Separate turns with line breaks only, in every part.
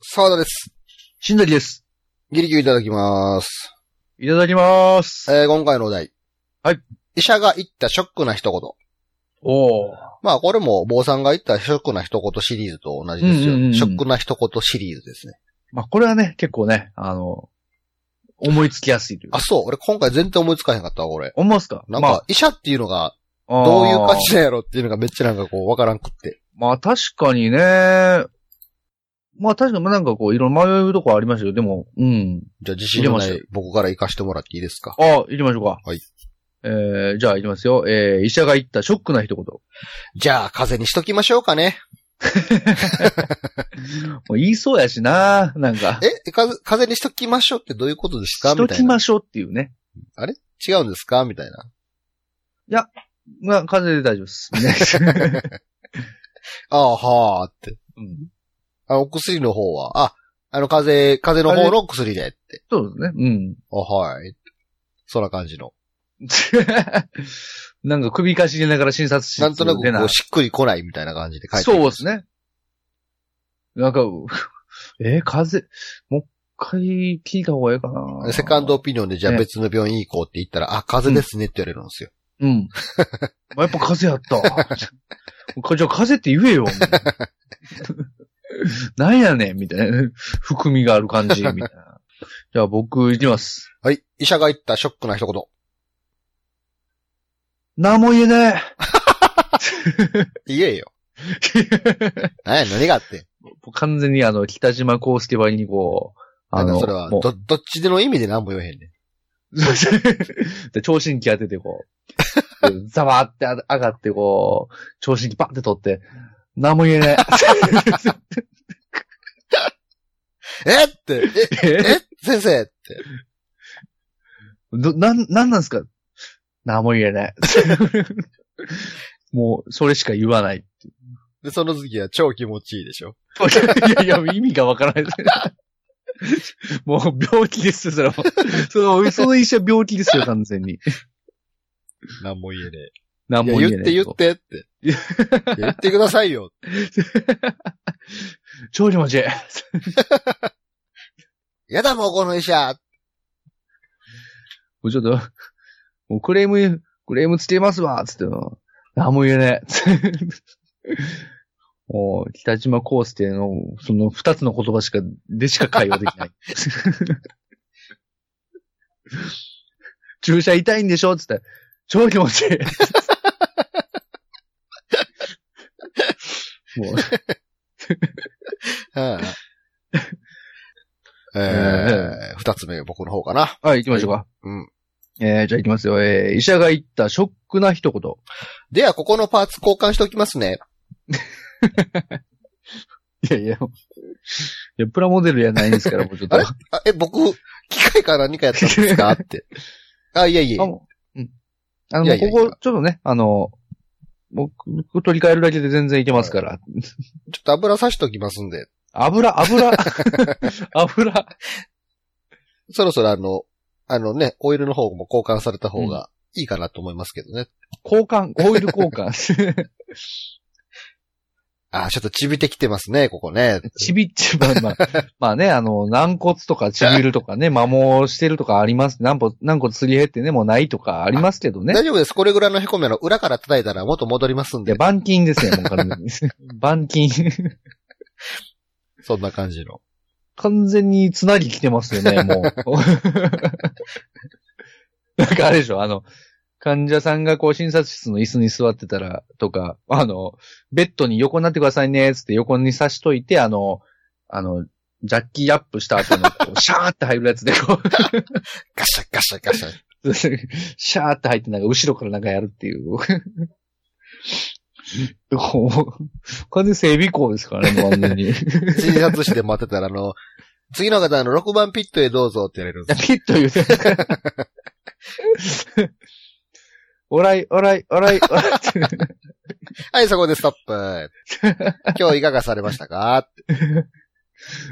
沢田です。
しんどりです。
ギリギリいただきます。
いただきます。
えー、今回のお題。
はい。
医者が言ったショックな一言。
おー。
まあ、これも、坊さんが言ったショックな一言シリーズと同じですよ。
うんうんうん
ショックな一言シリーズですね。
まあ、これはね、結構ね、あの、思いつきやすいという
あ、
か。
そう。俺今回全然思いつかへんかったわ、これ。
思いますか
なんか、、医者っていうのが、
まあ
どういう感
あー
じなんやろっていうのがめっちゃなんかこう、わからんくって。
まあ、確かにね、まあ、確かになんかこう、いろいろ迷うとこありましたよ。でも、うん。
じゃあ、自信のな
入れ
い僕から行かしてもらっていいですか。
ああ、行きましょうか。
はい。
えー、じゃあ行きますよ。えー、医者が言ったショックな一言。も
じゃあ、風邪にしときましょうかね。
う言いそうやしな、なんか。
え、か風邪にしときましょうってどういうことですか
し
み
と
た
き
いな
ま。しょうっていうね。
違うんですかみたいな。
まあ、風邪で大丈夫です。 みたいな
ああ、はあって。
うん
あの、お薬の方は、あ、あの、風邪、風邪の方の薬でって。
そうですね。うん。
あ、はい。そんな感じの。
なんか首かしげながら診察室
なんとなく、
出
こう、しっくり来ないみたいな感じで書いて
そう
う。
ですね。なんか、 うえー風邪、もう一回聞いた方がいいかな。
セカンド。オピニオンで、じゃあ
ね
別の病院行こうって言ったら、あ、風邪ですねって言われるんですよ。
うん。 まあ、やっぱ風邪やった わ。じゃあ風邪って言えよ。もう なんやねんみたいな。含みがある感じ、みたいな。じゃあ僕いきます。
はい。医者が言ったショックな一言。
何も言えね
言えよ。
え。
何や、何があって。
完全にあの、北島康介ばりにこう、あ
あ
の、
の、それは、
もう
ど、どっちでの意味で何も言えへんねん。
で、聴診器当ててこう、ザワーってあ上がってこう、聴診器パッて取って、何も言えない。
えって、え、 え
え
先生って。
ど、なん、なんなんすか何も言えない。 もう、それしか言わない。
で、その次は超気持ちいいでしょ。
いやいや、意味がわからない。 もう、病気ですよ、それはもう。その、その医者病気ですよ、完全に。
何も言えね
何も
え。い
言
や
え
言っ
な
て言ってっ
い。
て。いや言ってくださいよ。
超気持ちいい。
やだもうこの医者
もうちょっと、もうクレーム、クレームつけますわ、つっての。何も言えねえ。もう、北島康介の、その二つの言葉しか、でしか会話できない。注射痛いんでしょつって。超気持ちいい。もう、
はいえー、二つ目、僕の方かな。
はい、行きましょうか。
うん。
えー、じゃあ行きますよ。えー、医者が言ったショックな一言。
では、ここのパーツ交換しておきますね。
いやいや、いや、プラモデルやないんですから、もうちょっ と。
あれあえ、僕、機械か何かやったんですかって。 あ、いやい
あ
や。
もううん。あの、
いやいやいや
ここ、ちょっとね、あの、僕、取り替えるだけで全然いけますから。
ちょっと油さしておきますんで。
油、 油、油。
そろそろあの、あのね、オイルの方も交換された方がいいかなと思いますけどね。
交換、オイル交 換。
あ、ちょっとちびてきてますね、ここね。
ちびっち、まあまあ、まあね、あの、軟骨とかちびるとかね、摩耗してるとかあります。軟骨、軟骨すり減ってね、もうないとかありますけどね。
大丈夫です。これぐらいのへこみの裏から叩いたら元戻りますん
いや、
で。
板金ですね、もう完 全に。板金。
そんな感じの。
完全につなぎ来てますよね、もう。 なんかあれでしょ、あの、患者さんがこう診察室の椅子に座ってたら、とか、あの、ベッドに横になってくださいね、つって横に刺しといて、あの、あの、ジャッキーアップした後の、こう シャーって入るやつで、こ
ガシャガシャガシャ。
う、 シャーって入ってなんか後ろからなんかやるって いう。こう、完全に整備校ですからね、もう完全に。い
診察室で待ってたら、あの、次の方、あの、6番ピットへどうぞって言われるんで
や
すよ
ピッと言うて。おらい、おらい、おらい、おらいって。
はい、そこでストッ プ。今日いかがされましたか
い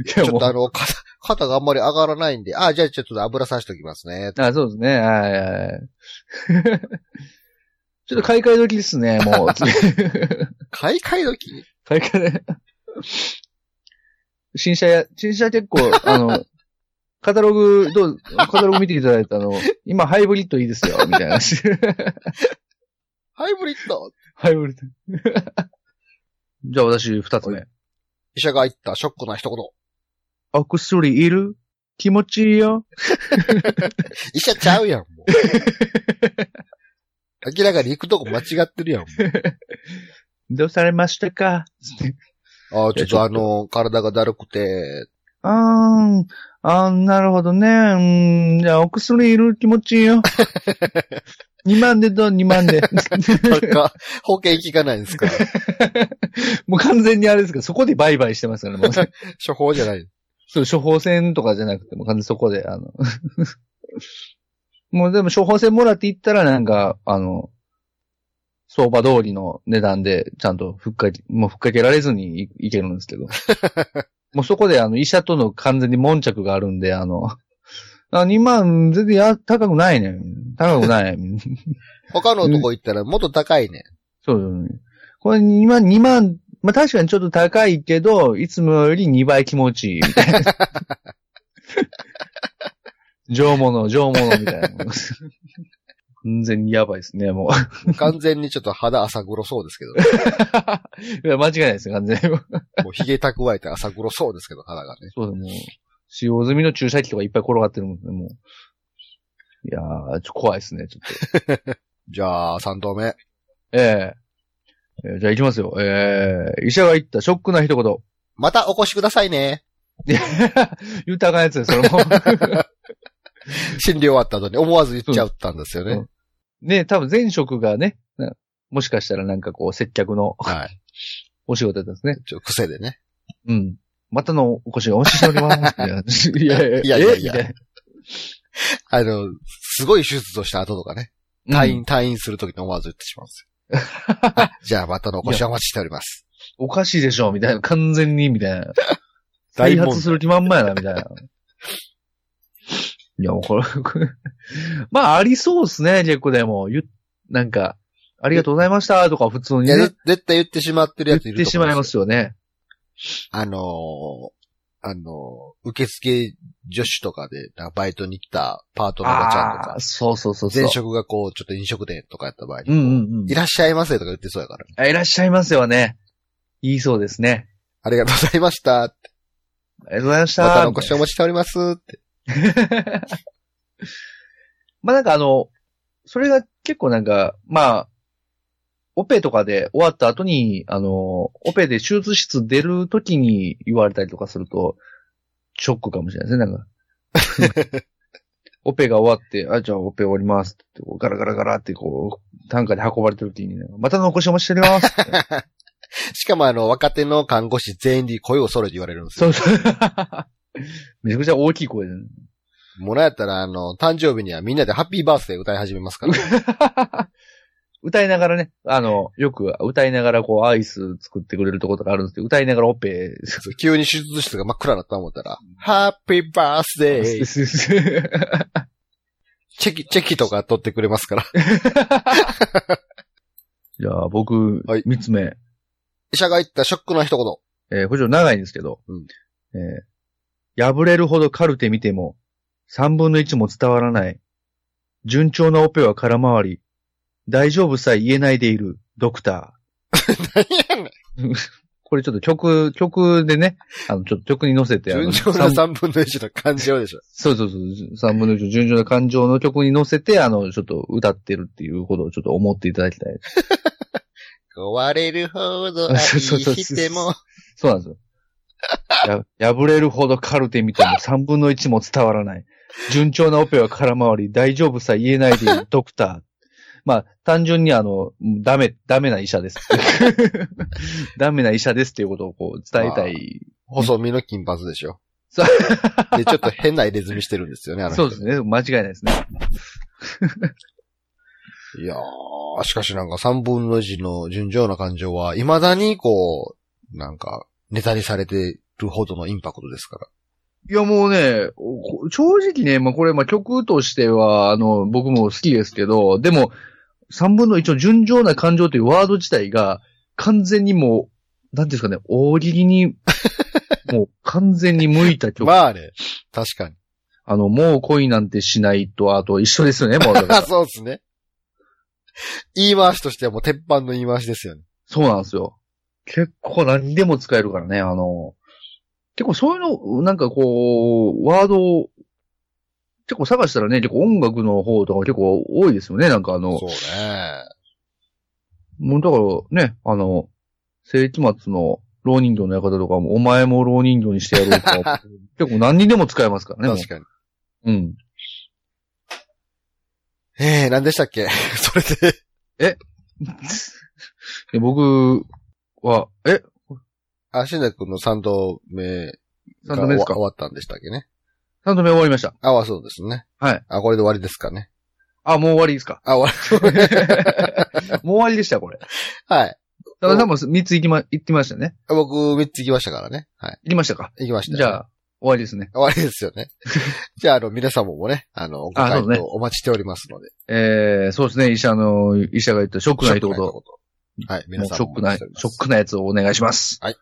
ち
や、
ょ
も
っとあ
う。
の、肩、肩があんまり上がらないんで、あ、じゃあちょっと油さしておきますね。
あ、そうですね。はいはいはい。ちょっと買い替え時ですね、もう。
買い替え時
買い替え。新車や、新車結構、あの、カタログ、どう、カタログ見ていただいたの、今ハイブリッドいいですよ、みたいな話。
ハイブリッド
ハイブリッド。じゃあ私、二つ目。
医者が言ったショックな一言。
お薬いる気持ちいいよ。
医者ちゃうやん、も う。明らかに行くとこ間違ってるやん、も
どうされましたかつって
う。ああ、ちょっとあの、体がだるくて、
あー、あーなるほどね。うーん、じゃあお薬いる気持ちいいよ。2万でどう ?2 万で。
なん か、保険効かないんですか
もう完全にあれですけど、そこで売買してますから、もう。
処方じゃない。
そう、処方箋とかじゃなくても、完全にそこで、あの。 もうでも処方箋もらっていったら、なんか、あの、相場通りの値段で、ちゃんとふっかけ、もうふっかけられずにいいけるんですけど。もうそこで、あの、医者との完全に悶着があるんで、あの、あ2万、全然や高くないね。高くない。
他のとこ行ったらもっと高いね。
そうよね。これ2万、2万、まあ、確かにちょっと高いけど、いつもより2倍気持ちいい、みたいな。上物、上物みたいな。完全にやばいですね、もう。
完全にちょっと肌浅黒そうですけ ど、ね、
いや、間違いないですよ、完全に。
もう髭蓄えて浅黒そうですけど、肌がね。
そうだ、もう。使用済みの注射器とかいっぱい転がってるもんね、もう。いやー、ちょ、怖いですね、ちょっと。
じゃあ、三投目。
えええーじゃあ行きますよ。ええ医者が言ったショックな一言。
またお越しくださいね。
いや言ったらあかんやつです、それも。
診療終わった後に思わず言っちゃったんですよね。
うんね、多分前職がね、なもしかしたらなんかこう接客の
はい。
お仕事だったんですね。
ちょっと癖でね。
うん。またのお越しお待ちしてお ります。いやいや
いやいやいや
えみた
あの、すごい手術をした後とかね。
な
退
う
院、
ん
退院するときに思わず言ってしまうんです よ。あじゃあ、またのお越しをお待ちしております。
おかしいでしょみたいな。完全に、みたいな。
大問
再
題
発する気満々やな、みたいな。いや、もうこれ、これまあ、ありそうですね、結構でも。ゆなんか、ありがとうございました、とか普通に
いや、
ね
ぜ、絶対言ってしまってる
言
や
っ
ついる
て
と
し
思う
まい
んで
ますすよね。
あのーあのー受付助手とかで、なんかバイトに来たパートナーがちゃんと
あ
か
あー、、そうそうそうそう。
前職がこう、ちょっと飲食店とかやった場合に、
うんうんうん
い。らっしゃいませとか言ってそうやから、ね、
あいらっしゃいますよね。言いそうですね。
ありがとうございま した。ま
ありがとうございました。
たお越しお待ちしております。って。
まあなんかあの、それが結構なんか、まあ、オペとかで終わった後に、あの、オペで手術室出るときに言われたりとかすると、ショックかもしれないですね、なんか。 オペが終わって、あ、じゃあオペ終わりますって、こうガラガラガラってこう、単価で運ばれてる時に、ね、またのお越しお待ちしており ますって。
しかもあの、若手の看護師全員に声を揃えて言われるんですよ。
そう そう。めちゃくちゃ大きい声で、ね。
もらやったら、あの、誕生日にはみんなでハッピーバースデー歌い始めます から。
歌いながらね、あの、よく歌いながらこうアイス作ってくれるところとかあるんですけど、歌いながらオペ。
そう急に手術室が真っ暗になったと思ったら、ハッピーバース デーチェキ、チェキとか取ってくれます から。
じゃあ僕、
はい
三つ目。
医者が言ったショックの一 言。
えー、これちょっと長いんですけど、
うん
えー破れるほどカルテ見ても、三分の一も伝わらない。順調なオペは空回り。大丈夫さえ言えないでいる、ドクター。これちょっと曲、曲でね、あの、ちょっと曲に乗せて、あの
順調な3分の1の感情でしょ。
そうそうそう。三分の一順調な感情の曲に乗せて、あの、ちょっと歌ってるっていうことをちょっと思っていただきたい。
壊れるほど愛しても、
そうなんですよ。や 破れるほどカルテみたいな三分の一も伝わらない。順調なオペは空回り、大丈夫さ言えないでいるドクター。 まあ、単純にあの、ダメ、ダメな医者です。 ダメな医者ですっていうことをこう伝えたい。
細身の金髪でしょ。
そう
で、ちょっと変な入れ墨してるんですよね、あの人
そうですね。間違いないですね。
いやー、しかしなんか3分の1の順調な感情は、未だにこう、なんか、ネタにされてるほどのインパクトですから。
いやもうね、おこ正直ね、まあこれ、まあ曲としては、あの、僕も好きですけど、でも、三分の一の純情な感情 というワード自体が、完全にもう、なんていうんですかね、大喜利にもう完全に向いた曲。
まあね、確かに。
あの、もう恋なんてしないと、あと一緒ですよね、もうだから。
そうですね。言い回しとしてはもう鉄板の言い回しですよね。
そうなんですよ。結構何でも使えるからね、あの、結構そういうの、なんかこう、ワードを、結構探したらね、結構音楽の方とか結構多いですよね、なんかあの、
そうね。
もうだからね、あの、世紀末の老人形の館とかも、お前も老人形にしてやろう とか、結構何にでも使えますからね。もう
確かに。
うん。
ええー、何でしたっけ それで。
で僕は、え
あ、しんだくんの3度目が
?3 度目ですか
終わったんでしたっけね。
?3 度目終わりました。
あ、あそうですね。
はい。
あ、これで終わりですかね。
あ、もう終わりで すか
あ、終わり。
もう終わりでした、これ。
はい。
だから多分3つ行きま、行ってましたね。
僕3つ行きましたからね。はい。
行きましたか
行きましたよ。
じゃあ、終わりですね。
終わりです よね。じゃあ、あの、皆様もね、あの、ご
あそ
回
うね
答お待ちしておりますので。
えー、そうですね、医者の、医者が言ったショックな一言。
ショックな一言はい、皆
もう
さん
ショックな、ショ
ショッ
ックなやつをお願いします。
はい。